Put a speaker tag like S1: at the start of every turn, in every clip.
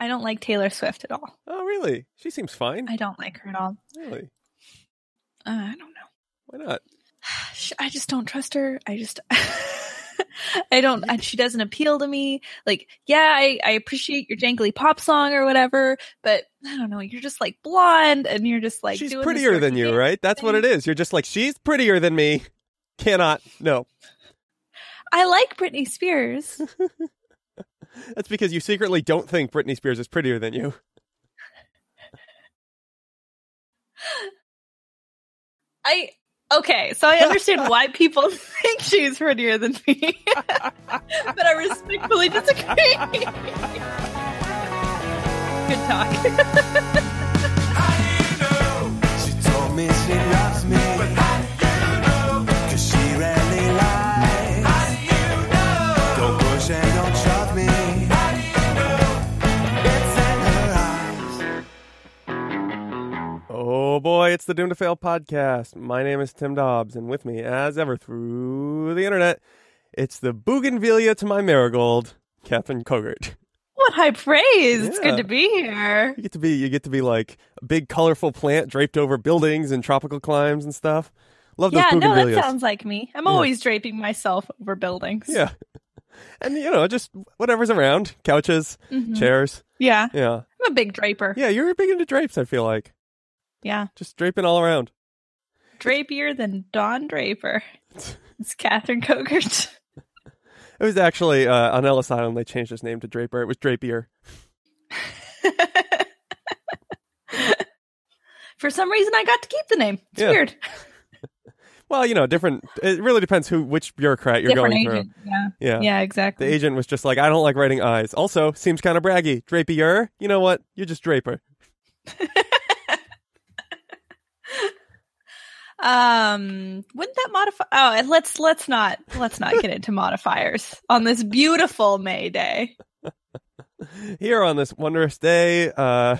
S1: I don't like Taylor Swift at all.
S2: Oh, really? She seems fine.
S1: I don't like her at all.
S2: Really?
S1: Uh, I don't know.
S2: Why not?
S1: Sh- I just don't trust her. I just. I don't. I, she doesn't appeal to me. Like, yeah, I, I appreciate your jangly pop song or whatever, but I don't know. You're just like blonde, and you're just like
S2: she's
S1: doing this
S2: prettier
S1: sort of
S2: than you,
S1: thing.
S2: right? That's what it is. You're just like she's prettier than me. Cannot. No.
S1: I like Britney Spears.
S2: That's because you secretly don't think Britney Spears is prettier than you.
S1: I okay, so I understand why people think she's prettier than me, but I respectfully disagree. Good talk.
S3: She told me she loves me. But how do you know? Cause she rarely lies. How do you know? Don't push and don't shove me. How do you know? It's in her eyes.
S2: Oh boy, it's the Doom to Fail podcast. My name is Tim Dobbs, and with me, as ever, through the internet, it's the bougainvillea to my marigold, Captain Cogert.
S1: What high praise! It's
S2: Yeah.
S1: good to be here.
S2: You get to be, you get to be like a big, colorful plant draped over buildings and tropical climes and stuff. Love those
S1: Yeah, no,
S2: bougainvilleas.
S1: that sounds like me. I'm always draping myself over buildings.
S2: yeah, and you know, just whatever's around, couches,
S1: Mhm.
S2: chairs.
S1: yeah.
S2: Yeah,
S1: I'm a big draper.
S2: yeah. You're big into drapes. I feel like
S1: Yeah.
S2: just draping all around.
S1: drapier than Don Draper. It's Catherine Cogert.
S2: It was actually uh, on Ellis Island. They changed his name to Draper. It was Drapier.
S1: For some reason, I got to keep the name. It's
S2: Yeah.
S1: weird.
S2: Well, you know, different. It really depends who, which bureaucrat you're
S1: Different
S2: going
S1: agent. Yeah.
S2: through. Yeah.
S1: yeah,
S2: The
S1: exactly.
S2: agent was just like, I don't like writing eyes. Also, seems kind of braggy. Drapier. You know what? You're just Draper.
S1: Um, wouldn't that modify? Oh, and let's let's not let's not get into modifiers on this beautiful May Day.
S2: Here on this wondrous day, uh,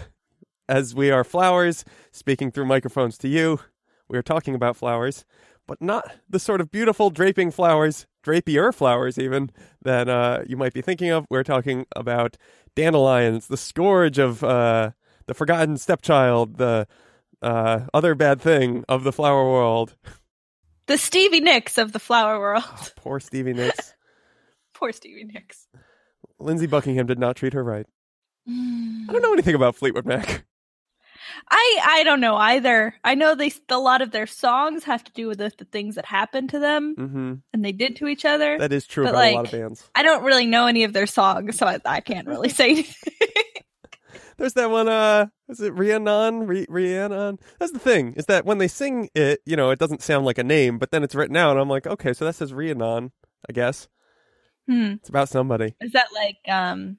S2: as we are flowers, speaking through microphones to you, we are talking about flowers, but not the sort of beautiful draping flowers, drapier flowers even, that uh, you might be thinking of. We're talking about dandelions, the scourge of uh, the forgotten stepchild, the uh, other bad thing of the flower world.
S1: The Stevie Nicks of the flower world.
S2: Poor Stevie Nicks.
S1: Poor Stevie Nicks.
S2: Lindsay Buckingham did not treat her right.
S1: Mm.
S2: I don't know anything about Fleetwood Mac.
S1: I I don't know either. I know they a lot of their songs have to do with the, the things that happened to them
S2: hmm
S1: and they did to each other.
S2: That is true
S1: But,
S2: about a lot
S1: like,
S2: of bands.
S1: I don't really know any of their songs, so I, I can't really say. anything.
S2: There's that one. Uh, is it Rhiannon? Rhi- Rhiannon. That's the thing. Is that when they sing it, you know, it doesn't sound like a name, but then it's written out, and I'm like, okay, so that says Rhiannon. I guess
S1: hmm.
S2: it's about somebody.
S1: Is that like um,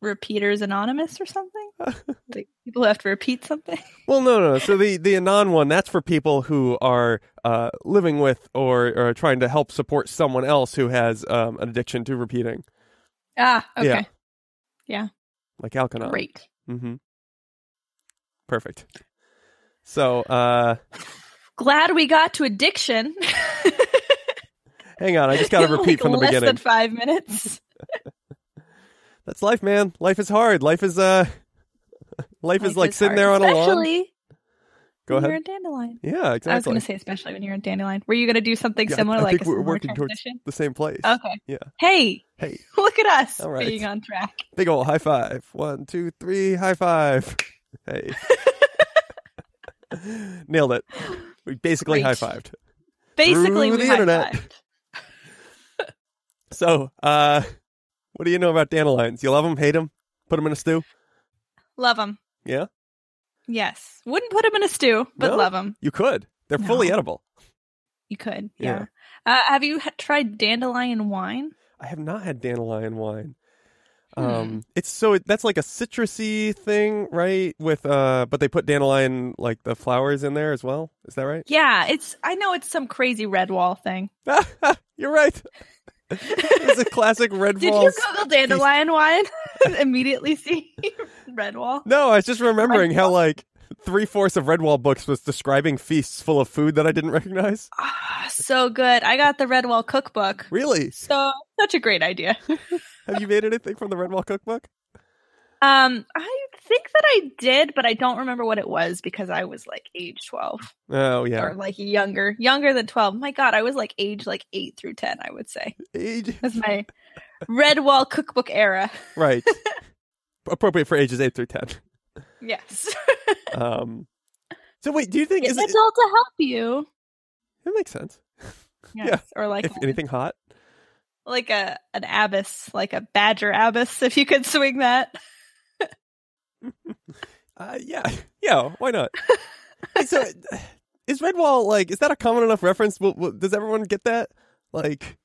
S1: Repeaters Anonymous or something? like people who have to repeat something.
S2: Well, no, no. no. So the the anon one that's for people who are uh, living with or, or trying to help support someone else who has um, an addiction to repeating,
S1: Ah, okay.
S2: Yeah.
S1: Yeah.
S2: like Alkanon.
S1: Great.
S2: Mm-hmm. Perfect. So uh,
S1: Glad we got to addiction.
S2: hang on, I just got to
S1: In,
S2: repeat
S1: like
S2: from the
S1: less
S2: beginning.
S1: than five minutes.
S2: That's life, man. Life is hard. Life is uh life, is like sitting there on a lawn.
S1: Especially
S2: Go
S1: when
S2: ahead.
S1: You're a dandelion. I
S2: Yeah,
S1: was going
S2: exactly.
S1: to say, especially when you're a dandelion. Were you going to do something
S2: Yeah, I-
S1: similar,
S2: I
S1: like
S2: think
S1: a
S2: we're
S1: similar
S2: working towards-
S1: transition?
S2: the same place.
S1: Okay.
S2: Yeah.
S1: Hey,
S2: Hey,
S1: look at us
S2: All right.
S1: being on track.
S2: big old high five. One, two, three, high five. Hey. Nailed it. We basically high
S1: Great.
S2: fived.
S1: Basically,
S2: Through
S1: we
S2: the internet.
S1: high-fived.
S2: So, uh what do you know about dandelions? You love them, hate them, put them in a stew?
S1: Love them.
S2: Yeah?
S1: Yes. Wouldn't put them in a stew, but
S2: No?
S1: love love them.
S2: You could. They're
S1: No.
S2: fully edible.
S1: You could.
S2: Yeah.
S1: Yeah. Uh, have you ha- tried dandelion wine?
S2: I have not had dandelion wine. Um, it's so it, that's like a citrusy thing, right? With uh, but they put dandelion like the flowers in there as well. Is that right?
S1: Yeah, it's. I know it's some crazy red wall thing.
S2: You're right. it's a classic red
S1: Did you
S2: Walls-
S1: Google dandelion wine? Immediately see red wall.
S2: No, I was just remembering how like three fourths of Redwall books was describing feasts full of food that I didn't recognize.
S1: Ah, so good. I got the Redwall cookbook.
S2: Really?
S1: So such a great idea.
S2: Have you made anything from the Redwall cookbook?
S1: Um, I think that I did, but I don't remember what it was because I was like age twelve
S2: Oh yeah.
S1: or like younger, younger than twelve. My God, I was like age like eight through ten. I would say
S2: Age-
S1: that's my Redwall cookbook era.
S2: right. Appropriate for ages eight through ten.
S1: Yes,
S2: Um, so wait, do you think
S1: it's
S2: is it,
S1: all to help you.
S2: it makes sense?
S1: Yes, or like
S2: If anything hot,
S1: like a an abyss, like a badger abyss, if you could swing that.
S2: uh, yeah, yeah, why not? Hey, so uh, is Redwall like is that a common enough reference? Will, will, does everyone get that? Like,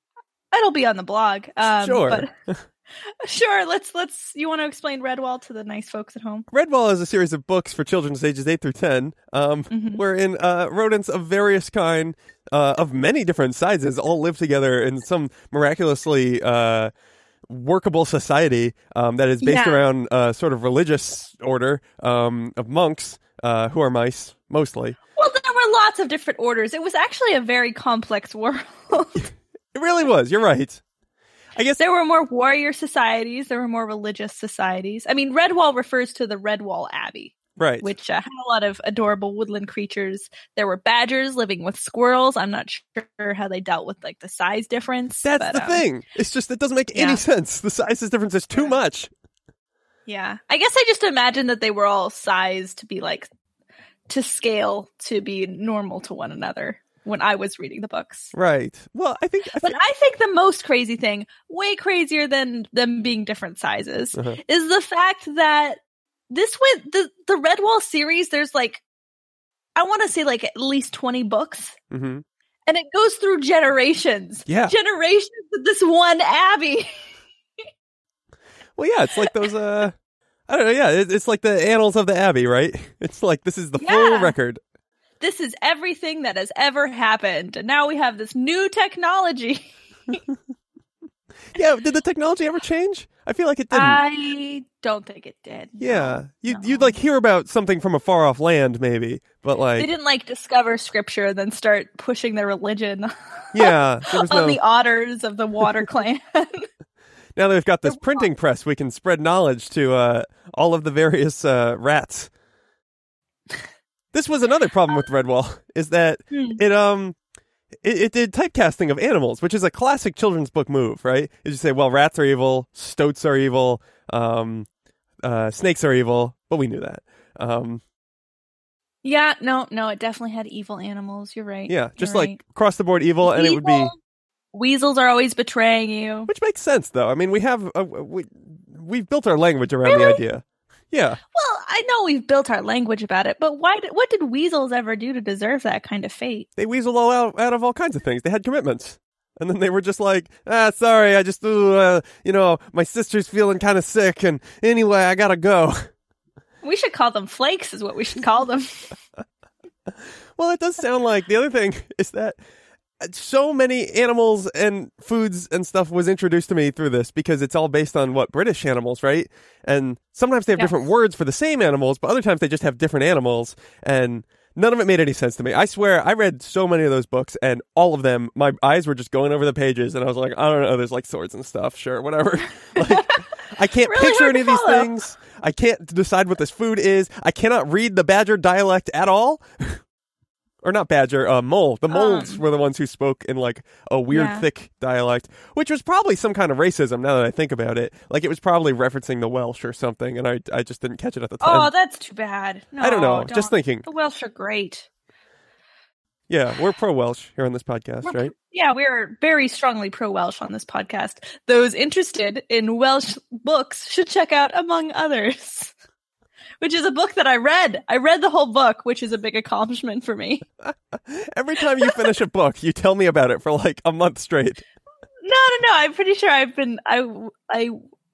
S1: It'll be on the blog. Um,
S2: Sure.
S1: but- sure. Let's let's. You want to explain Redwall to the nice folks at home?
S2: Redwall is a series of books for children ages eight through ten. Um,
S1: Mhm.
S2: wherein uh, rodents of various kind, uh, of many different sizes, all live together in some miraculously uh, workable society um, that is based
S1: Yeah.
S2: around a sort of religious order um, of monks uh, who are mice mostly.
S1: Well, there were lots of different orders. It was actually a very complex world.
S2: It really was. You're right. I guess
S1: there were more warrior societies. There were more religious societies. I mean, Redwall refers to the Redwall Abbey,
S2: right.
S1: which uh, had a lot of adorable woodland creatures. There were badgers living with squirrels. I'm not sure how they dealt with like the size difference.
S2: That's
S1: but,
S2: the
S1: um,
S2: thing. It's just it doesn't make
S1: yeah.
S2: any sense. The sizes difference is too much.
S1: Yeah. I guess I just imagine that they were all sized to be like to scale to be normal to one another when I was reading the books.
S2: Right. Well, I think. I
S1: But
S2: think
S1: I think the most crazy thing, way crazier than them being different sizes,
S2: Uh-huh.
S1: is the fact that this went the the Redwall series, there's like I want to say like at least 20 books
S2: Mhm.
S1: and it goes through generations.
S2: Yeah.
S1: Generations of this one abbey.
S2: Well, yeah. It's like those. Uh, I don't know. Yeah, it, it's like the annals of the Abbey, right? It's like this is the full
S1: Yeah.
S2: record.
S1: this is everything that has ever happened. And now we have this new technology.
S2: Yeah. Did the technology ever change? I feel like it didn't.
S1: I don't think it did.
S2: yeah. You
S1: Uh, no.
S2: you'd like hear about something from a far off land, maybe, but
S1: They
S2: like
S1: didn't like discover scripture and then start pushing their religion
S2: yeah, there was
S1: on
S2: no.
S1: the otters of the water clan.
S2: Now that we've got this printing press, we can spread knowledge to uh, all of the various uh, rats. This was another problem with Redwall is that
S1: Hmm.
S2: it um it, it did typecasting of animals, which is a classic children's book move, right? Is you say, well, rats are evil, stoats are evil, um, uh, snakes are evil, but we knew that. Um,
S1: yeah, no, no, it definitely had evil animals. You're right.
S2: yeah,
S1: You're
S2: just
S1: right.
S2: like across the board evil, and it would be
S1: Weasel- Weasels are always betraying you.
S2: which makes sense though. I mean, we have uh, we we've built our language around the
S1: Really?
S2: idea. Yeah.
S1: Well, I know we've built our language about it, but why? Did, what did weasels ever do to deserve that kind of fate?
S2: they weaseled all out, out of all kinds of things. They had commitments. And then they were just like, ah, sorry, I just, ooh, uh, you know, my sister's feeling kind of sick. And anyway, I got to go.
S1: We should call them flakes, is what we should call them.
S2: Well, it does sound like the other thing is that uh, so many animals and foods and stuff was introduced to me through this because it's all based on what British animals, right? And sometimes they have
S1: Yes.
S2: different words for the same animals, but other times they just have different animals and none of it made any sense to me. I swear I read so many of those books and all of them my eyes were just going over the pages and I was like, I don't know, there's like swords and stuff, sure, whatever. like I can't
S1: Really
S2: picture
S1: hard
S2: any of
S1: to
S2: these
S1: follow.
S2: things. I can't decide what this food is. I cannot read the badger dialect at all or not badger, uh, mole. The moles
S1: Um,
S2: were the ones who spoke in like a weird
S1: Yeah.
S2: thick dialect, which was probably some kind of racism. Now that I think about it, like it was probably referencing the Welsh or something, and I I just didn't catch it at the
S1: Oh,
S2: time.
S1: that's too bad. No,
S2: I don't know. Just thinking,
S1: the Welsh are great.
S2: yeah, we're pro Welsh here on this podcast,
S1: We're-
S2: right?
S1: Yeah, we're very strongly pro Welsh on this podcast. Those interested in Welsh books should check out Among Others, which is a book that I read. I read the whole book, which is a big accomplishment for me.
S2: Every time you finish a book, you tell me about it for like a month straight.
S1: No, no, no. I'm pretty sure I've been I I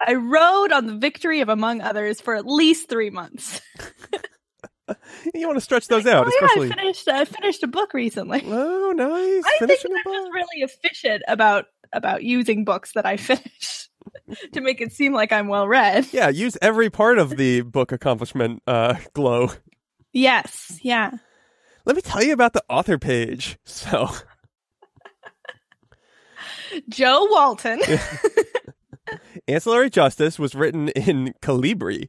S1: I rode on the victory of Among Others for at least three months.
S2: You want to stretch those out,
S1: oh, yeah,
S2: especially.
S1: I finished I finished a book recently.
S2: Oh, nice!
S1: I think
S2: Finishing
S1: that
S2: a
S1: I'm just
S2: book.
S1: really efficient about about using books that I finish to make it seem like I'm well read.
S2: Yeah, use every part of the book accomplishment uh, glow.
S1: Yes. Yeah.
S2: Let me tell you about the author page. So,
S1: Joe Walton.
S2: Ancillary Justice was written in Calibri.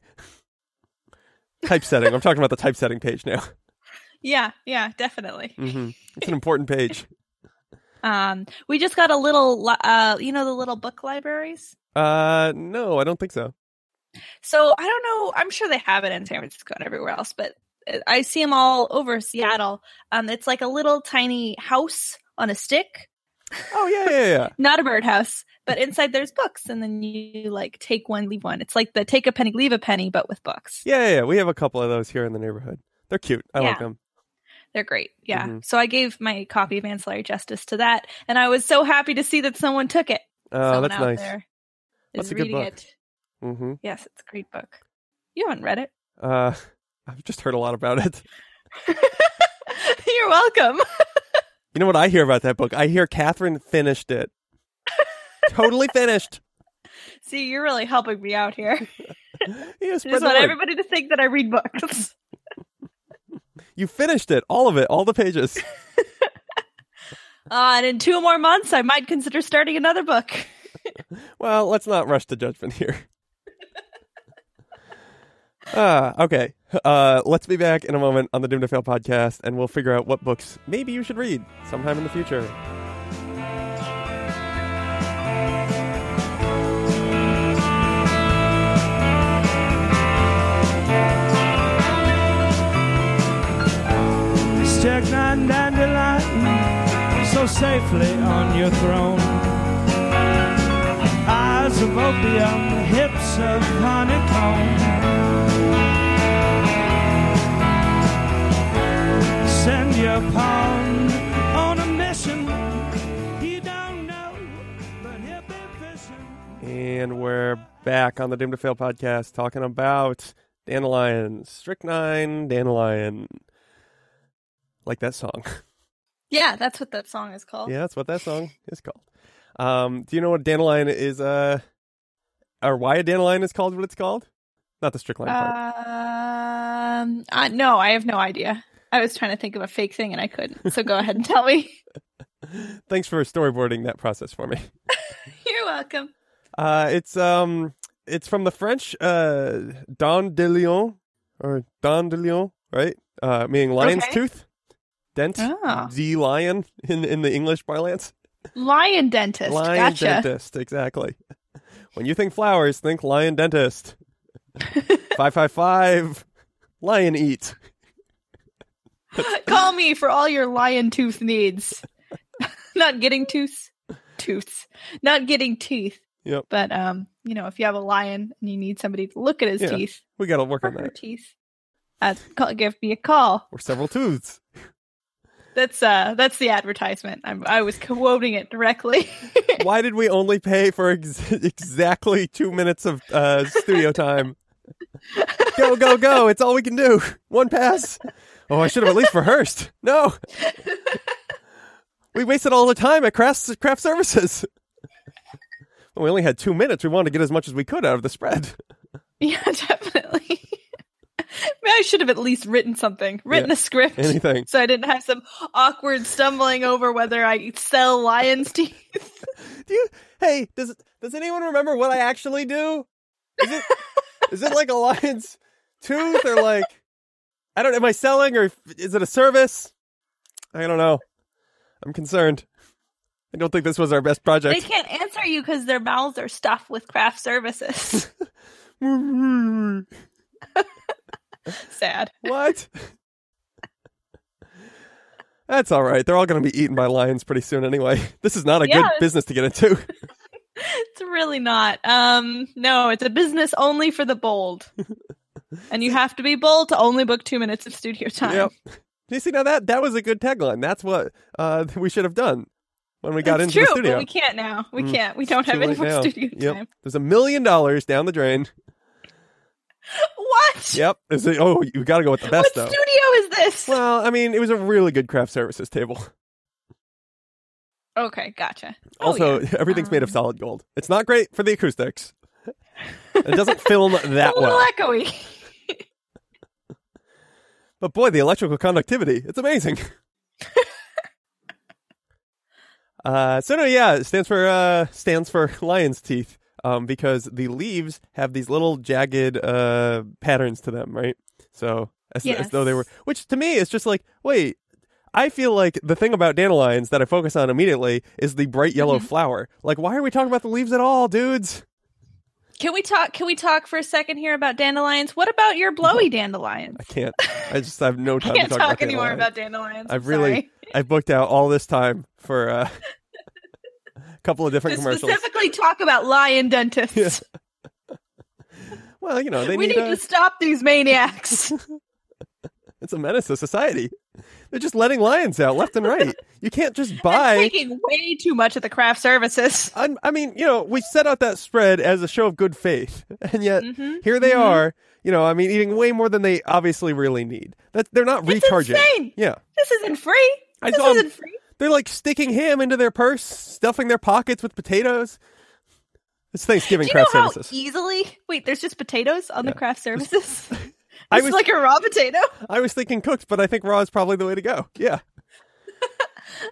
S2: typesetting. I'm talking about the typesetting page now.
S1: yeah. Yeah. Definitely.
S2: hmm It's an important page.
S1: Um, we just got a little, li- uh, you know, the little book libraries.
S2: Uh, no, I don't think so.
S1: So I don't know. I'm sure they have it in San Francisco and everywhere else, but uh, I see them all over Seattle. Um, it's like a little tiny house on a stick,
S2: Oh yeah, yeah, yeah.
S1: not a birdhouse, but inside there's books, and then you like take one, leave one. It's like the take a penny, leave a penny, but with books.
S2: Yeah, yeah, yeah. We have a couple of those here in the neighborhood. They're cute. I like
S1: Yeah.
S2: them.
S1: They're great. Yeah.
S2: Mhm.
S1: So I gave my copy of Ancillary Justice to that, and I was so happy to see that someone took it.
S2: Oh,
S1: Someone
S2: that's
S1: out
S2: nice.
S1: there is
S2: That's a good
S1: reading
S2: book.
S1: it.
S2: Mm-hmm.
S1: Yes, it's a great book. You haven't read it.
S2: Uh, I've just heard a lot about it.
S1: You're welcome.
S2: You know what I hear about that book? I hear Catherine finished it. totally finished.
S1: See, you're really helping me out here.
S2: Yeah,
S1: I
S2: spread
S1: just
S2: the
S1: want
S2: word.
S1: everybody to think that I read books.
S2: You finished it, all of it, all the pages.
S1: Uh, and in two more months, I might consider starting another book.
S2: well, let's not rush to judgment here. Ah, okay. Uh, let's be back in a moment on the Doom to Fail podcast, and we'll figure out what books maybe you should read sometime in the future.
S4: Stuck nine dandelion so safely on your throne. Eyes of opium, hips of honeycomb. Send your pawn on a mission. You don't know, but he'll be fishing.
S2: And we're back on the Doom to Fail podcast talking about Dandelion, Strychnine, Dandelion. Like that song.
S1: Yeah, that's what that song is called.
S2: yeah, that's what that song is called. Um, do you know what Dandelion is, uh, or why a Dandelion is called what it's called? Not the Strychnine part.
S1: Um, uh, no, I have no idea. I was trying to think of a fake thing and I couldn't. So go ahead and tell me.
S2: Thanks for storyboarding that process for me.
S1: You're welcome.
S2: Uh, it's, um, it's from the French, uh, Don de Lion, or Don de Lion, right? Uh, meaning lion's
S1: Okay.
S2: tooth. Dent.
S1: Oh,
S2: the lion in in the English parlance.
S1: lion dentist.
S2: lion
S1: gotcha.
S2: dentist, exactly. When you think flowers, think lion dentist. five five five, lion eat.
S1: Call me for all your lion tooth needs. Not getting tooth, tooths. Not getting teeth.
S2: Yep.
S1: But um, you know, if you have a lion and you need somebody to look at his
S2: Yeah.
S1: teeth,
S2: We gotta work
S1: or
S2: on
S1: her
S2: that.
S1: teeth. Uh, call, give me a call.
S2: Or several tooths.
S1: That's uh, that's the advertisement. I'm, I was quoting it directly.
S2: Why did we only pay for ex- exactly two minutes of uh, studio time? go go go! It's all we can do. One pass. Oh, I should have at least rehearsed. No. We wasted all the time at craft, craft services. Well, we only had two minutes. We wanted to get as much as we could out of the spread.
S1: yeah, definitely. I should have at least written something, written
S2: Yeah.
S1: a script,
S2: Anything.
S1: so I didn't have some awkward stumbling over whether I sell lion's teeth.
S2: Do you? Hey, does does anyone remember what I actually do? Is it is it like a lion's tooth or like I don't? Am I selling or is it a service? I don't know. I'm concerned. I don't think this was our best
S1: They
S2: project.
S1: can't answer you because their mouths are stuffed with craft services.
S2: what?
S1: Sad.
S2: That's all right. They're all going to be eaten by lions pretty soon anyway. This is not a
S1: Yeah,
S2: good
S1: it's-
S2: business to get into.
S1: It's really not. Um, no, it's a business only for the bold. and you have to be bold to only book two minutes of studio time.
S2: Yep. You see now that that was a good tagline. That's what uh, we should have done when we got
S1: it's
S2: into
S1: true,
S2: the studio.
S1: but we can't now. We
S2: Mm,
S1: can't. We don't
S2: Too
S1: have any
S2: late
S1: more
S2: now.
S1: studio
S2: Yep.
S1: time.
S2: There's a million dollars down the drain.
S1: What?
S2: Yep. It's a- oh, you got to go with the
S1: what
S2: best though.
S1: studio is this?
S2: Well, I mean, it was a really good craft services table.
S1: okay, gotcha. Oh,
S2: Also,
S1: yeah.
S2: everything's made of
S1: Um,
S2: solid gold. It's not great for the acoustics. it doesn't film that
S1: a little
S2: well.
S1: echoey.
S2: But boy, the electrical conductivity, it's amazing. uh, so no, yeah, it stands for uh, stands for lion's teeth um, because the leaves have these little jagged uh, patterns to them, right? So as, as though they were,
S1: Yes.
S2: which to me is just like, wait, I feel like the thing about dandelions that I focus on immediately is the bright yellow
S1: Mm-hmm.
S2: flower. Like, why are we talking about the leaves at all, dudes?
S1: Can we talk? Can we talk for a second here about dandelions? What about your blowy dandelions?
S2: I can't. I just have no time
S1: Can't talk,
S2: to talk, about
S1: anymore
S2: dandelions.
S1: about dandelions.
S2: I've
S1: I'm
S2: really
S1: sorry.
S2: I've booked out all this time for uh, a couple of different
S1: To
S2: commercials.
S1: specifically talk about lion dentists.
S2: Yeah, Well, you know, they
S1: we
S2: need, uh,
S1: need
S2: a,
S1: to stop these maniacs.
S2: it's a menace to society. They're just letting lions out left and right. You can't just
S1: That's
S2: buy
S1: taking way too much of the craft services.
S2: I'm- I mean, you know, we set out that spread as a show of good faith, and yet
S1: Mhm.
S2: here they are. You know, I mean, eating way more than they obviously really need. That they're not
S1: It's
S2: recharging.
S1: insane.
S2: Yeah,
S1: This isn't free.
S2: I
S1: this
S2: saw 'em-
S1: isn't free.
S2: they're like sticking ham into their purse, stuffing their pockets with potatoes. It's Thanksgiving
S1: Do you know
S2: craft
S1: how
S2: services.
S1: easily? Wait, there's just potatoes on the craft services. It's
S2: I was
S1: like a raw potato.
S2: I was thinking cooked, but I think raw is probably the way to go. Yeah.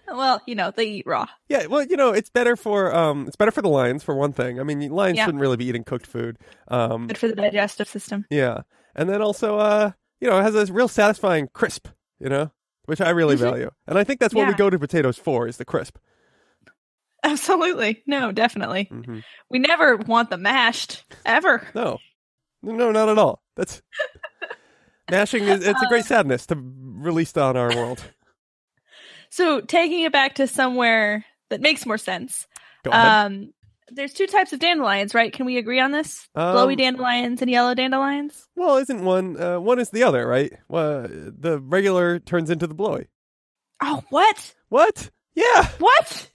S1: Well, you know they eat raw.
S2: Yeah, well, you know, it's better for um, it's better for the lions for one thing. I mean, lions
S1: Yeah.
S2: shouldn't really be eating cooked food. Um,
S1: Good for the digestive system.
S2: yeah, and then also, uh, you know, it has a real satisfying crisp, you know, which I really value, and I think that's what we
S1: Mm-hmm. Yeah.
S2: go to potatoes for is the crisp.
S1: Absolutely. No, definitely.
S2: Mhm.
S1: We never want the mashed ever.
S2: No, no, not at all. That's mashing is it's a
S1: Uh,
S2: great sadness to release on our world.
S1: So taking it back to somewhere that makes more sense.
S2: Go ahead.
S1: Um, there's two types of dandelions, right? Can we agree on this?
S2: Um,
S1: uh, Blowy dandelions and yellow dandelions.
S2: well, isn't one uh, one is the other, right? Well, the regular turns into the blowy.
S1: Oh, what?
S2: What? Yeah.
S1: What?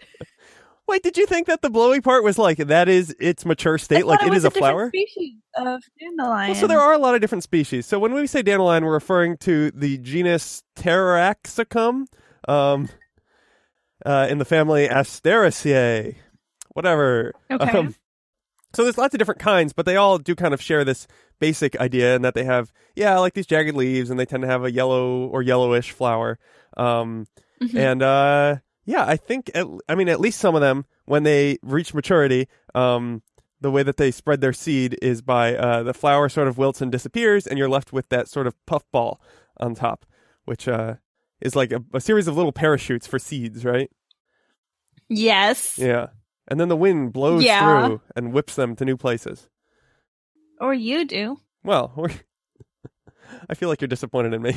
S2: Wait, did you think that the blowy part was like that is its mature
S1: I
S2: state, like
S1: thought
S2: it
S1: was
S2: is a
S1: different
S2: flower?
S1: Species of dandelion.
S2: Well, so there are a lot of different species. So when we say dandelion, we're referring to the genus Pteraxacum, um, uh, in the family Asteraceae, whatever.
S1: Okay.
S2: Um, so there's lots of different kinds, but they all do kind of share this basic idea in that they have, yeah, like these jagged leaves, and they tend to have a yellow or yellowish flower. Um,
S1: Mhm.
S2: And uh, yeah, I think at, I mean at least some of them when they reach maturity, um, the way that they spread their seed is by uh, the flower sort of wilts and disappears, and you're left with that sort of puff ball on top, which uh, is like a, a series of little parachutes for seeds, right?
S1: Yes.
S2: Yeah. And then the wind blows
S1: Yeah.
S2: through and whips them to new places.
S1: Or you do.
S2: Well, we're I feel like you're disappointed in me.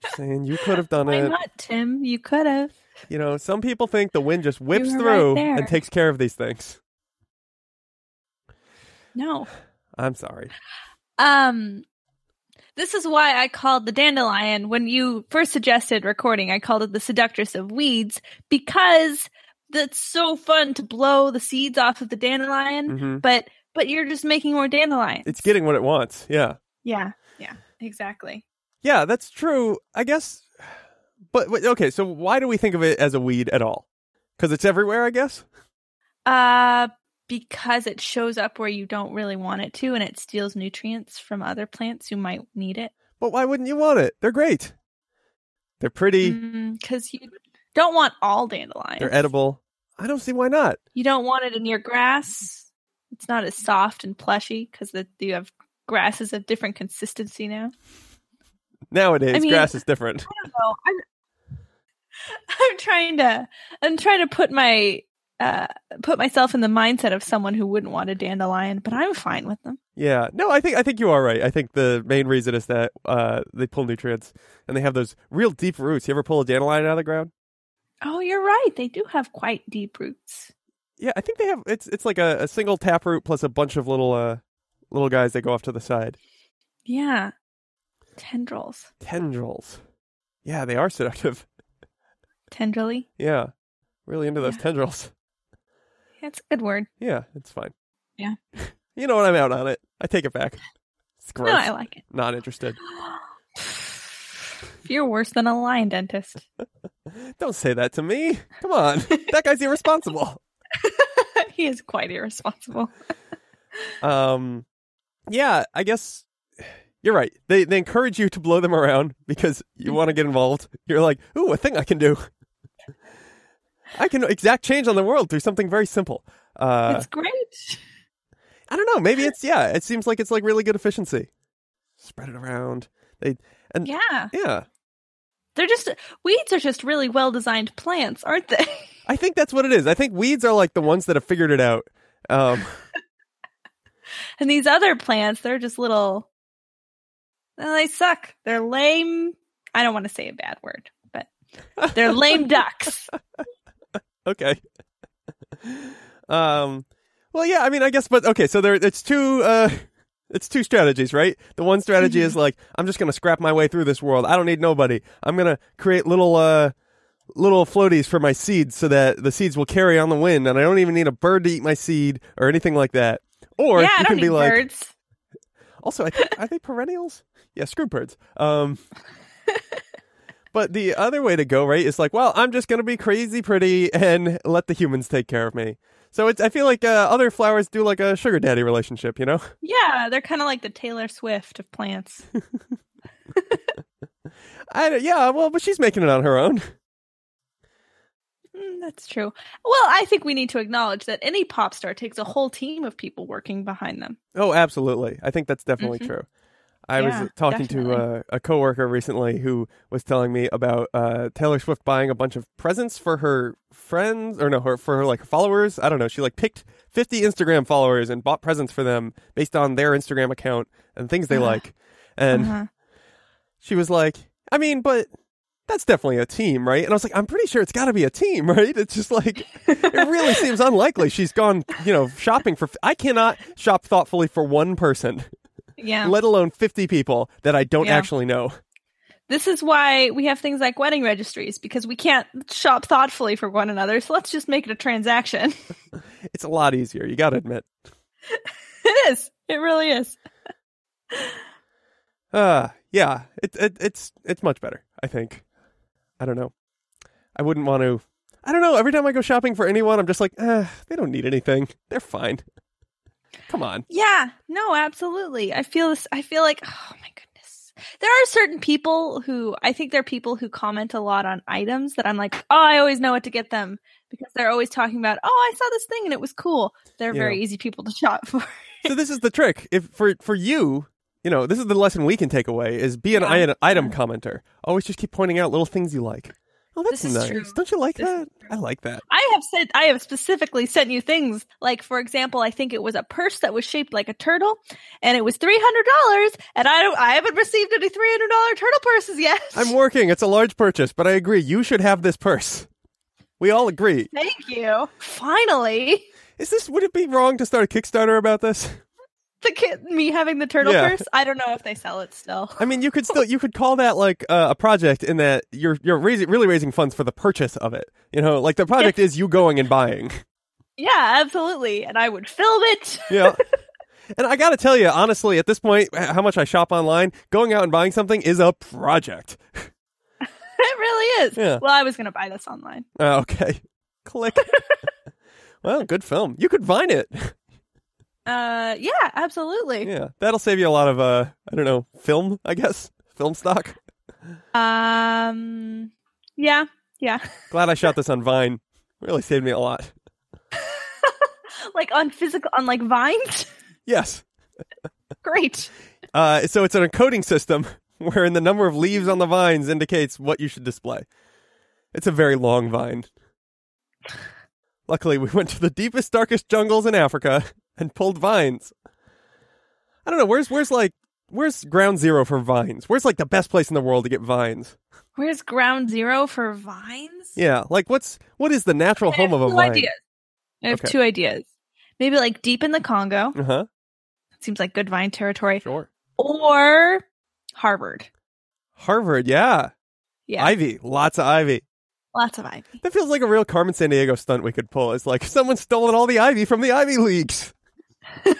S2: Just Saying you could have done
S1: Why
S2: it.
S1: not, Tim? You could have.
S2: You know, some people think the wind just whips
S1: were right
S2: through
S1: there.
S2: and takes care of these things.
S1: No.
S2: I'm sorry.
S1: Um, this is why I called the dandelion when you first suggested recording. I called it the seductress of weeds because that's so fun to blow the seeds off of the dandelion,
S2: hmm
S1: but but you're just making more dandelions.
S2: It's getting what it wants. Yeah.
S1: yeah, yeah, exactly.
S2: Yeah, that's true. I guess. But, but okay, so why do we think of it as a weed at all? Because it's everywhere, I guess.
S1: Uh because it shows up where you don't really want it to, and it steals nutrients from other plants who might need it.
S2: But why wouldn't you want it? They're great. They're pretty.
S1: Mm, Because you don't want all dandelions.
S2: Mm. They're edible. I don't see why not.
S1: You don't want it in your grass. It's not as soft and plushy because you have grasses of different consistency now.
S2: Nowadays,
S1: I mean-
S2: grass is different.
S1: I don't know. I'm, I'm trying to. I'm trying to put my uh, put myself in the mindset of someone who wouldn't want a dandelion, but I'm fine with them.
S2: Yeah. No, I think I think you are right. I think the main reason is that uh, they pull nutrients and they have those real deep roots. You ever pull a dandelion out of the ground?
S1: Oh, you're right. They do have quite deep roots.
S2: Yeah, I think they have. It's it's like a, a single taproot plus a bunch of little uh little guys that go off to the side.
S1: Yeah, tendrils,
S2: Tendrils. Yeah, they are seductive.
S1: tendrily.
S2: Yeah, really into those
S1: Yeah.
S2: tendrils.
S1: That's a good word.
S2: Yeah, it's fine.
S1: Yeah.
S2: you know what? I'm out on it. I take it back. It's gross.
S1: No, I like it.
S2: Not interested.
S1: You're worse than a lion dentist.
S2: Don't say that to me. Come on, that guy's irresponsible.
S1: he is quite irresponsible.
S2: Um, yeah, I guess. You're right. They they encourage you to blow them around because you want to get involved. You're like, ooh, a thing I can do. I can exact change on the world through something very simple. Uh,
S1: it's great.
S2: I don't know. Maybe it's yeah. It seems like it's like really good efficiency. Spread it around. They and yeah.
S1: Yeah. They're just weeds are just really well designed plants, aren't they?
S2: I think that's what it is. I think weeds are like the ones that have figured it out. Um,
S1: And these other plants, they're just little well, they suck. They're lame. I don't want to say a bad word, but they're lame ducks.
S2: okay. Um. Well, yeah. I mean, I guess, but okay. So there, it's two. Uh, it's two strategies, right? The one strategy
S1: Mm-hmm.
S2: is like, I'm just gonna scrap my way through this world. I don't need nobody. I'm gonna create little, uh, little floaties for my seeds so that the seeds will carry on the wind, and I don't even need a bird to eat my seed or anything like that. Or
S1: yeah, I
S2: you
S1: don't
S2: can
S1: need
S2: be like,
S1: birds.
S2: also, I think, are they perennials? Yeah, screw birds. Um, but the other way to go, right, is like, well, I'm just going to be crazy pretty and let the humans take care of me. So it's, I feel like uh, other flowers do like a sugar daddy relationship, you know?
S1: Yeah, they're kind of like the Taylor Swift of plants.
S2: I don't- yeah, well, but she's making it on her own.
S1: Mm, that's true. Well, I think we need to acknowledge that any pop star takes a whole team of people working behind them.
S2: Oh, absolutely. I think that's definitely
S1: Mhm.
S2: true. I
S1: Yeah,
S2: was talking to
S1: definitely.
S2: uh, a coworker recently who was telling me about uh, Taylor Swift buying a bunch of presents for her friends, or no, her for her like followers. I don't know. She like picked fifty Instagram followers and bought presents for them based on their Instagram account and things they
S1: Uh-huh.
S2: like. And
S1: Uh-huh.
S2: she was like, I mean, but that's definitely a team, right? And I was like, I'm pretty sure it's got to be a team, right? It's just like, it really seems unlikely she's gone, you know, shopping for. I cannot shop thoughtfully for one person,
S1: Yeah.
S2: let alone 50 people that I don't
S1: Yeah.
S2: actually know.
S1: This is why we have things like wedding registries because we can't shop thoughtfully for one another. So let's just make it a transaction.
S2: It's a lot easier, you got to admit.
S1: it is. It really is.
S2: Uh, yeah, it, it, it's it's much better, I think. I don't know. I wouldn't want to. I don't know. Every time I go shopping for anyone, I'm just like, eh, they don't need anything. They're fine. Come on.
S1: Yeah. No, absolutely. I feel this. I feel like, oh my goodness. There are certain people who I think they're people who comment a lot on items that I'm like, oh, I always know what to get them because they're always talking about, oh, I saw this thing and it was cool. They're
S2: Yeah.
S1: very easy people to shop for.
S2: so this is the trick if for for you you know this is the lesson we can take away is be an
S1: Yeah.
S2: item, item commenter always just keep pointing out little things you like oh that's
S1: This is
S2: nice
S1: true.
S2: don't you like
S1: This is
S2: that i like that
S1: I have said I have specifically sent you things like, for example, I think it was a purse that was shaped like a turtle, and it was three hundred dollars, and I don't, I haven't received any three hundred dollar turtle purses yet.
S2: i'm working it's a large purchase but i agree you should have this purse we all agree
S1: Thank you. Finally,
S2: is this would it be wrong to start a kickstarter about this
S1: the kid, me having the turtle
S2: Yeah.
S1: purse. I don't know if they sell it still.
S2: i mean you could still you could call that like uh, a project in that you're you're raising, really raising funds for the purchase of it you know like the project is you going and buying
S1: Yeah, absolutely, and I would film it.
S2: yeah. And I got to tell you, honestly, at this point, h- how much I shop online, going out and buying something is a project.
S1: it really is.
S2: Yeah.
S1: Well, I was gonna buy this online.
S2: Uh, okay. Click. well, good film. You could Vine it.
S1: Uh, yeah, absolutely.
S2: Yeah. That'll save you a lot of, uh, I don't know, film, I guess. Film stock.
S1: Um, yeah, yeah.
S2: Glad I shot this on Vine. Really saved me a lot.
S1: like on physical, on like vines.
S2: Yes.
S1: Great.
S2: Uh, so it's an encoding system wherein the number of leaves on the vines indicates what you should display. It's a very long vine. Luckily, we went to the deepest, darkest jungles in Africa and pulled vines. I don't know where's where's like where's ground zero for vines. Where's like the best place in the world to get vines?
S1: Where's ground zero for vines?
S2: Yeah, like what's what is the natural
S1: I have
S2: home of a
S1: two
S2: vine?
S1: ideas. I have
S2: Okay.
S1: two ideas. Maybe like deep in the Congo.
S2: Uh huh.
S1: Seems like good vine territory.
S2: Sure.
S1: Or Harvard.
S2: Harvard, yeah.
S1: Yeah.
S2: Ivy, lots of ivy.
S1: Lots of ivy.
S2: That feels like a real Carmen San Diego stunt we could pull. It's like someone's stolen all the ivy from the Ivy Leagues.
S1: Ah,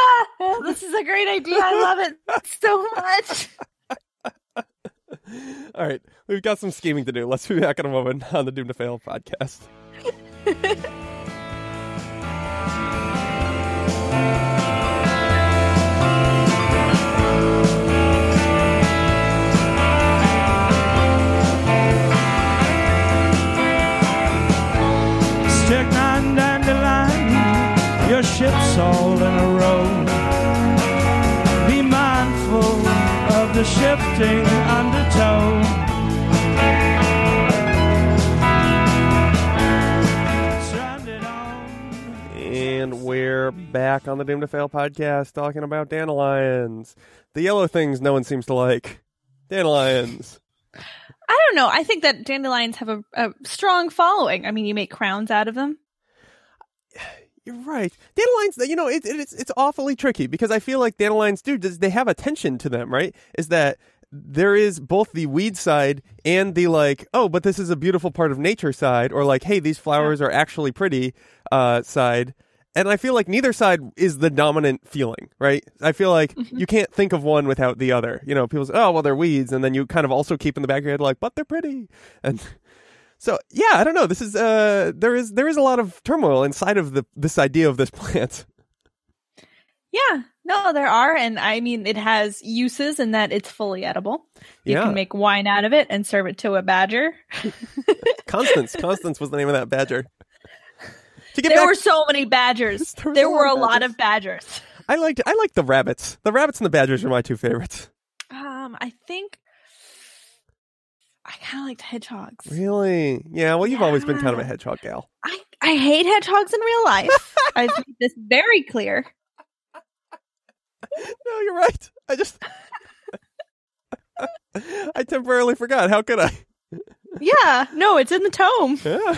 S1: ah, this is a great idea. I love it so much.
S2: All right, we've got some scheming to do. Let's be back in a moment on the Doom to Fail podcast.
S4: shifting undertow. Stranded on
S2: And we're back on the Doom to Fail podcast talking about dandelions. The yellow things no one seems to like. Dandelions.
S1: I don't know. I think that dandelions have a, a strong following. I mean, you make crowns out of them.
S2: You're right. Dandelions, you know, it, it, it's it's awfully tricky because I feel like dandelions do. Does they have attention to them? Right? Is that there is both the weed side and the like. Oh, but this is a beautiful part of nature side, or like, hey, these flowers are actually pretty uh, side. And I feel like neither side is the dominant feeling, right? I feel like you can't think of one without the other. You know, people say, "Oh, well, they're weeds," and then you kind of also keep in the back of your head, like, "But they're pretty," and so yeah, I don't know. This is uh, there is there is a lot of turmoil inside of the this idea of this plant.
S1: Yeah. No, there are. And I mean, it has uses in that it's fully edible. You
S2: Yeah.
S1: can make wine out of it and serve it to a badger.
S2: Constance, Constance was the name of that badger. To get
S1: There
S2: back,
S1: were so many badgers.
S2: There was
S1: there
S2: a
S1: were a
S2: lot
S1: lot
S2: of
S1: of badgers.
S2: I liked I liked the rabbits. The rabbits and the badgers are my two favorites.
S1: Um, I think I kind of liked hedgehogs.
S2: Really? Yeah. Well, you've always been kind of a
S1: Yeah.
S2: hedgehog gal.
S1: I, I hate hedgehogs in real life. I've made this very clear.
S2: No, you're right. I just I temporarily forgot. How could I?
S1: Yeah, no, it's in the tome.
S2: Yeah.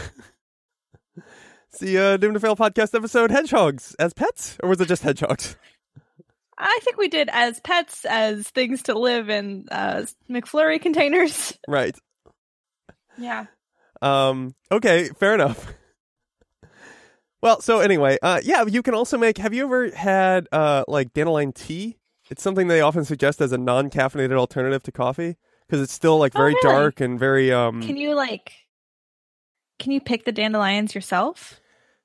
S2: It's the uh, Doom to Fail podcast episode: hedgehogs as pets, or was it just hedgehogs?
S1: I think we did as pets, as things to live in uh, McFlurry containers.
S2: Right.
S1: Yeah.
S2: Um. Okay. Fair enough. Well, so anyway, uh, yeah, you can also make. Have you ever had uh, like dandelion tea? It's something they often suggest as a non-caffeinated alternative to coffee because it's still like
S1: Oh,
S2: very
S1: really?
S2: dark and very um.
S1: Can you like? Can you pick the dandelions yourself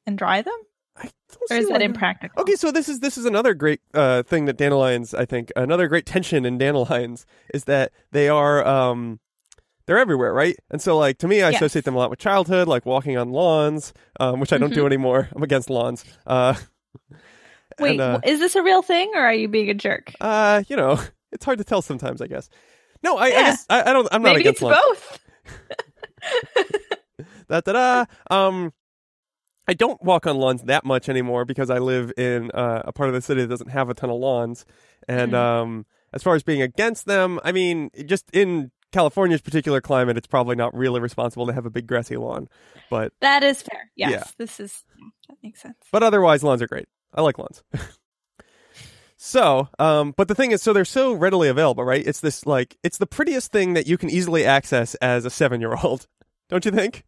S1: and dry them,
S2: I don't
S1: or is
S2: see
S1: that
S2: why-
S1: impractical?
S2: Okay, so this is this is another great uh, thing that dandelions. I think another great tension in dandelions is that they are um, they're everywhere, right? And so, like to me, I
S1: Yes.
S2: associate them a lot with childhood, like walking on lawns, um, which I don't
S1: Mm-hmm.
S2: do anymore. I'm against lawns. Uh,
S1: Wait,
S2: and, uh,
S1: wh- is this a real thing, or are you being a jerk?
S2: uh, you know, it's hard to tell sometimes. I guess. No, I, I
S1: Yeah.
S2: guess I, I don't. I'm not
S1: Maybe it's
S2: against lawns.
S1: both.
S2: Da, da, da. Um, I don't walk on lawns that much anymore because I live in uh, a part of the city that doesn't have a ton of lawns. And
S1: Mhm.
S2: um, as far as being against them, I mean, just in California's particular climate, it's probably not really responsible to have a big grassy lawn. But
S1: That is fair. Yes,
S2: Yeah.
S1: this is that makes sense.
S2: but otherwise, lawns are great. I like lawns. so, um, but the thing is, so they're so readily available, right? It's this like it's the prettiest thing that you can easily access as a seven-year-old, don't you think?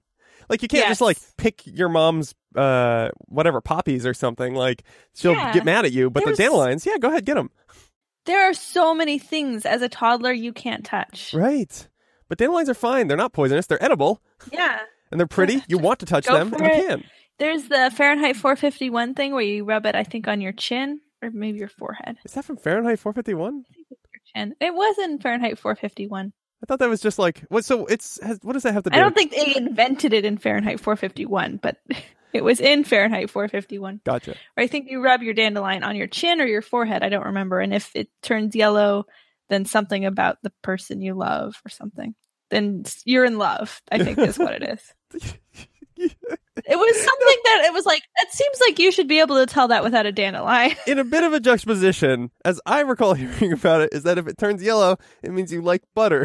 S2: Like you can't just
S1: Yes.
S2: like pick your mom's uh whatever poppies or something. Like she'll
S1: Yeah.
S2: get mad at you. But
S1: There's-
S2: the dandelions, yeah, go ahead, get them.
S1: There are so many things as a toddler you can't touch.
S2: Right. But dandelions are fine. They're not poisonous. They're edible
S1: Yeah.
S2: and they're pretty. You want to touch
S1: Go
S2: them,
S1: for
S2: and you
S1: it.
S2: can.
S1: There's the Fahrenheit 451 thing where you rub it, I think, on your chin or maybe your forehead.
S2: Is that from Fahrenheit 451?
S1: Your chin. It was in Fahrenheit 451.
S2: I thought that was just like what. So it's has, what does that have to do?
S1: I don't think they invented it in Fahrenheit 451, but it was in Fahrenheit 451.
S2: Gotcha.
S1: Or I think you rub your dandelion on your chin or your forehead. I don't remember. And if it turns yellow, then something about the person you love or something. Then s- you're in love, I think is what it is. It was something that it was like, it seems like you should be able to tell that without a dandelion.
S2: in a bit of a juxtaposition, as I recall hearing about it, is that if it turns yellow, it means you like butter.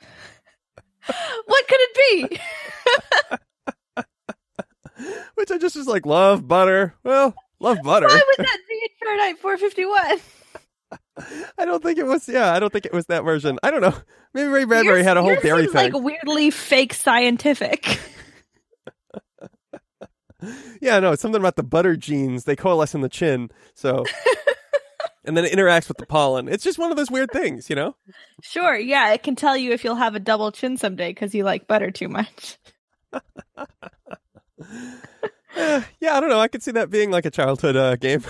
S1: what could it be?
S2: Which I just was like, love butter. Well, love butter.
S1: Why would that be in Fahrenheit 451?
S2: I don't think it was. Yeah, I don't think it was that version. I don't know. Maybe Ray Bradbury
S1: Yours-
S2: had a whole
S1: yours
S2: dairy
S1: seems,
S2: thing.
S1: like weirdly fake scientific.
S2: Yeah, no, it's something about the butter genes. They coalesce in the chin. So. And then it interacts with the pollen. It's just one of those weird things, you know?
S1: Sure, yeah, it can tell you if you'll have a double chin someday because you like butter too much.
S2: Eh, yeah, I don't know. I could see that being like a childhood uh, game.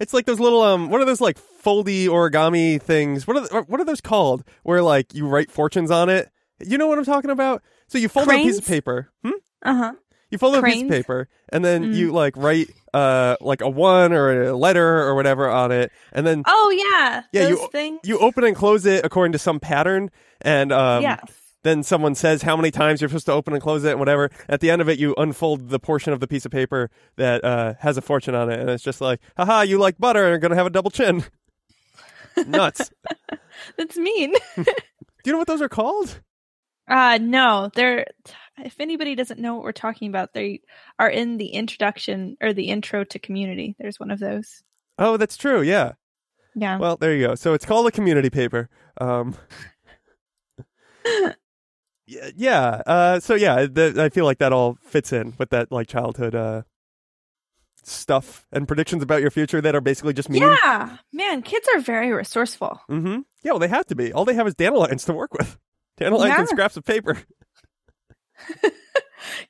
S2: it's like those little um, what are those like foldy origami things? What are th- what are those called? Where like you write fortunes on it? You know what I'm talking about? So you fold out a piece of
S1: Cranes?
S2: paper. Hmm?
S1: Uh huh.
S2: You fold up a piece of
S1: Cranes?
S2: paper, and then
S1: Mm.
S2: you like write uh like a one or a letter or whatever on it, and then
S1: Oh yeah,
S2: Yeah, you-
S1: those things.
S2: you open and close it according to some pattern, and um,
S1: yeah,
S2: then someone says how many times you're supposed to open and close it and whatever. At the end of it, you unfold the portion of the piece of paper that uh, has a fortune on it, and it's just like, haha, you like butter and are gonna have a double chin. Nuts.
S1: that's mean.
S2: Do you know what those are called?
S1: Uh no, they're if anybody doesn't know what we're talking about, they are in the introduction or the intro to community. There's one of those.
S2: Oh, that's true. Yeah.
S1: Yeah.
S2: Well, there you go. So it's called a community paper. Um, yeah. yeah. Uh, so yeah, th- I feel like that all fits in with that like childhood uh, stuff and predictions about your future that are basically just mean.
S1: yeah. Man, kids are very resourceful.
S2: Mm-hmm. Yeah. Well, they have to be. All they have is dandelions to work with. Dandelions and
S1: Yeah.
S2: scraps of paper.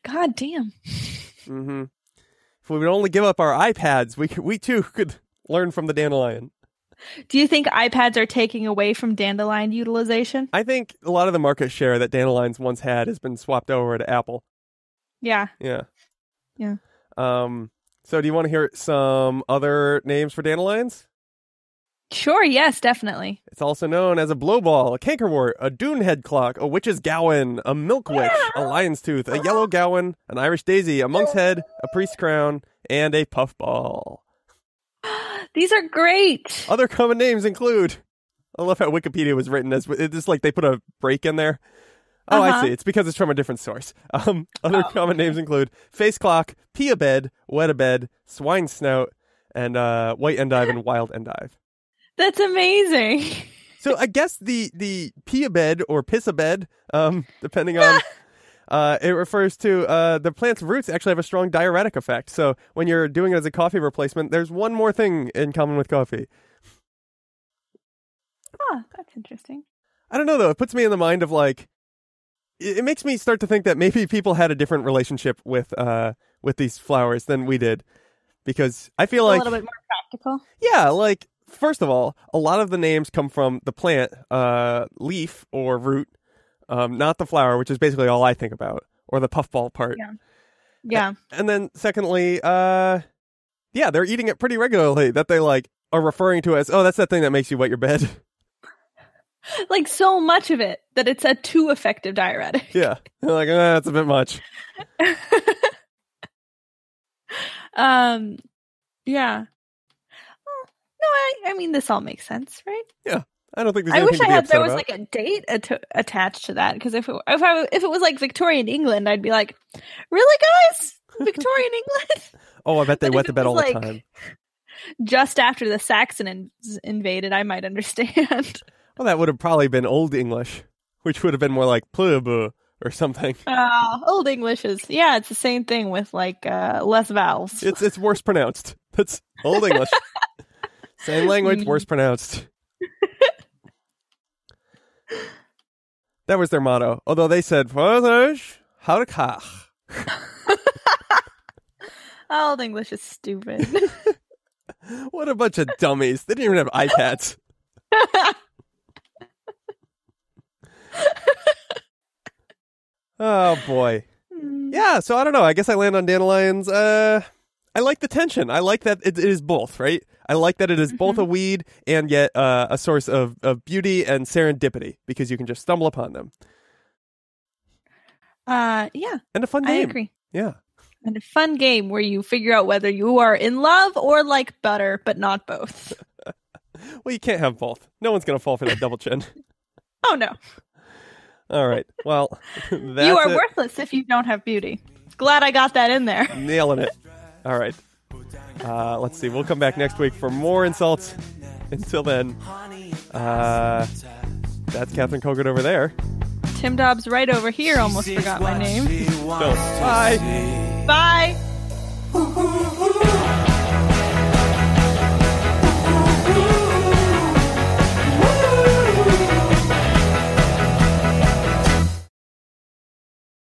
S1: God damn.
S2: Mm-hmm. If we would only give up our iPads, we could, we too could learn from the dandelion.
S1: Do you think iPads are taking away from dandelion utilization?
S2: I think a lot of the market share that dandelions once had has been swapped over to Apple.
S1: Yeah.
S2: Yeah.
S1: Yeah.
S2: Um. So, do you want to hear some other names for dandelions?
S1: Sure, yes, definitely.
S2: It's also known as a blowball, a cankerwort, a doonhead clock, a witch's gowan, a milk witch, a lion's tooth, a yellow gowan, an Irish daisy, a monk's head, a priest's crown, and a puffball.
S1: These are great.
S2: Other common names include. I love how Wikipedia was written as it's just like they put a break in there. Oh, I
S1: Uh-huh.
S2: see. It's because it's from a different source. Um, other common names include face clock, pia bed, wet a bed, swine snout, and uh, white endive and wild endive.
S1: That's amazing.
S2: So I guess the the pia bed or pissa bed, um, depending on. Uh, it refers to uh, the plant's roots actually have a strong diuretic effect. So when you're doing it as a coffee replacement, there's one more thing in common with coffee.
S1: Huh, that's interesting.
S2: I don't know though. It puts me in the mind of like, it it makes me start to think that maybe people had a different relationship with uh with these flowers than we did, because I feel like
S1: a little bit more practical.
S2: yeah, like first of all, a lot of the names come from the plant uh leaf or root, um, not the flower, which is basically all I think about, or the puffball part.
S1: Yeah. Yeah.
S2: And then secondly, uh, yeah, they're eating it pretty regularly. That they like are referring to as oh, that's that thing that makes you wet your bed.
S1: Like so much of it that it's a too effective diuretic.
S2: yeah, They're like "Ah, that's a bit much.
S1: um yeah Well, no I, I mean this all makes sense right
S2: I don't think there's
S1: i
S2: anything
S1: wish
S2: to
S1: i
S2: be
S1: had
S2: upset
S1: there was
S2: about.
S1: like a date at- attached to that because if it, if, I, if it was like victorian england i'd be like really guys victorian england
S2: Oh, I bet they
S1: But if
S2: wet the
S1: it
S2: bed
S1: was,
S2: all the
S1: like-
S2: time.
S1: just after the saxon in- invaded i might understand
S2: Well, that would have probably been Old English, which would have been more like plub or something.
S1: uh, old english is yeah it's the same thing with like uh less vowels
S2: It's it's worse pronounced. That's Old English. Same language,
S1: Mm.
S2: worse pronounced. that was their motto. Although they said "Französisch, Harakach."
S1: old english is stupid
S2: What a bunch of dummies! They didn't even have iPads. oh boy.
S1: Hmm.
S2: Yeah, so I don't know. I guess I land on dandelions. Uh, I like the tension. I like that it, it is both, right? I like that it is
S1: Mm-hmm.
S2: both a weed and yet uh, a source of, of beauty and serendipity because you can just stumble upon them.
S1: uh yeah
S2: And a fun
S1: i
S2: game.
S1: agree
S2: Yeah.
S1: and a fun game where you figure out whether you are in love or like butter, but not both.
S2: Well, you can't have both. No one's going to fall for that double chin.
S1: Oh no,
S2: All right. Well, that's
S1: you are
S2: it.
S1: worthless if you don't have beauty. Glad I got that in there.
S2: Nailing it. All right. Uh, let's see. We'll come back next week for more insults. Until then, uh, that's Catherine Kogert over there.
S1: Tim Dobbs right over here almost forgot my name.
S2: So, bye.
S1: Bye.
S3: Ooh, ooh, ooh.